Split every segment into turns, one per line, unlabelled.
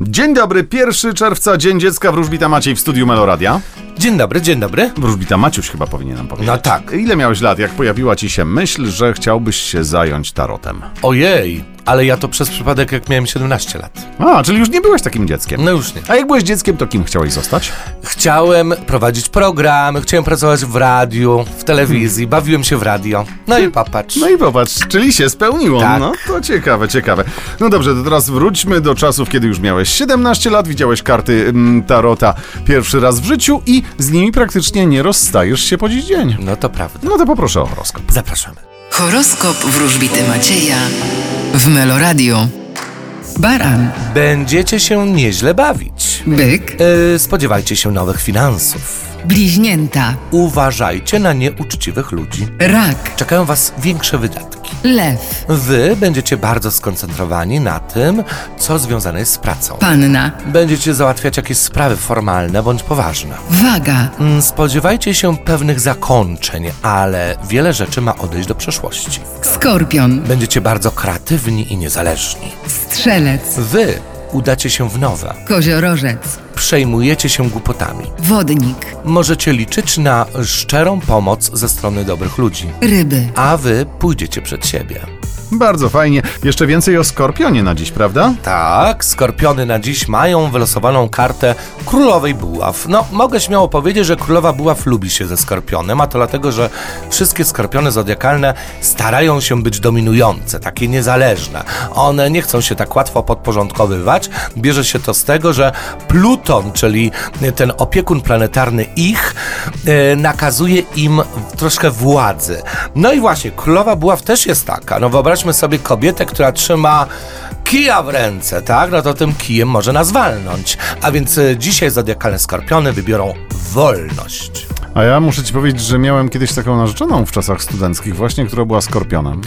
Dzień dobry, 1 czerwca, Dzień Dziecka, Wróżbita Maciej w studiu Meloradia.
Dzień dobry, dzień dobry.
Wróżbita Maciuś chyba powinien nam powiedzieć.
No tak.
Ile miałeś lat, jak pojawiła ci się myśl, że chciałbyś się zająć tarotem?
Ojej, ale ja to przez przypadek jak miałem 17 lat.
A, czyli już nie byłeś takim dzieckiem.
No już nie.
A jak byłeś dzieckiem, to kim chciałeś zostać?
Chciałem prowadzić programy, chciałem pracować w radiu, w telewizji, bawiłem się w radio. No i popatrz.
Hmm. No i popatrz, czyli się spełniło.
Tak.
No to ciekawe, ciekawe. No dobrze, to teraz wróćmy do czasów, kiedy już miałeś 17 lat, widziałeś karty mm, tarota pierwszy raz w życiu i z nimi praktycznie nie rozstajesz się po dziś dzień.
No to prawda.
No to poproszę o horoskop.
Zapraszamy.
Horoskop wróżbity Macieja w Meloradio. Baran,
Będziecie się nieźle bawić.
byk,
Yy, spodziewajcie się nowych finansów.
bliźnięta,
Uważajcie na nieuczciwych ludzi.
rak,
Czekają Was większe wydatki.
lew,
Wy będziecie bardzo skoncentrowani na tym, co związane jest z pracą.
panna,
Będziecie załatwiać jakieś sprawy formalne bądź poważne.
waga,
Mm, Spodziewajcie się pewnych zakończeń, ale wiele rzeczy ma odejść do przeszłości.
skorpion,
Będziecie bardzo kreatywni i niezależni.
strzelec,
Wy udacie się w nowe,
koziorożec,
przejmujecie się głupotami.
wodnik,
Możecie liczyć na szczerą pomoc ze strony dobrych ludzi,
ryby.
a wy pójdziecie przed siebie.
Bardzo fajnie. Jeszcze więcej o skorpionie na dziś, prawda?
Tak, skorpiony na dziś mają wylosowaną kartę królowej buław. No, mogę śmiało powiedzieć, że królowa buław lubi się ze skorpionem, a to dlatego, że wszystkie skorpiony zodiakalne starają się być dominujące, takie niezależne. One nie chcą się tak łatwo podporządkowywać. Bierze się to z tego, że Pluton, czyli ten opiekun planetarny ich, e, nakazuje im troszkę władzy. No i właśnie, królowa buław też jest taka. No wyobraźmy sobie kobietę, która trzyma kija w ręce, tak? No to tym kijem może nas walnąć. A więc y, dzisiaj zodiakalne skorpiony wybiorą wolność.
A ja muszę ci powiedzieć, że miałem kiedyś taką narzeczoną w czasach studenckich właśnie, która była skorpionem.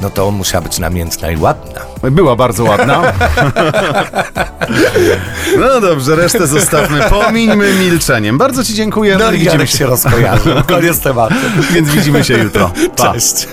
No to musiała być namiętna i ładna.
Była bardzo ładna. no dobrze, resztę zostawmy. Pomińmy milczeniem. Bardzo ci dziękuję.
No i
widzimy
Jarek się rozkojarzył. Koniec tematu.
Więc widzimy się jutro. Pa.
Cześć.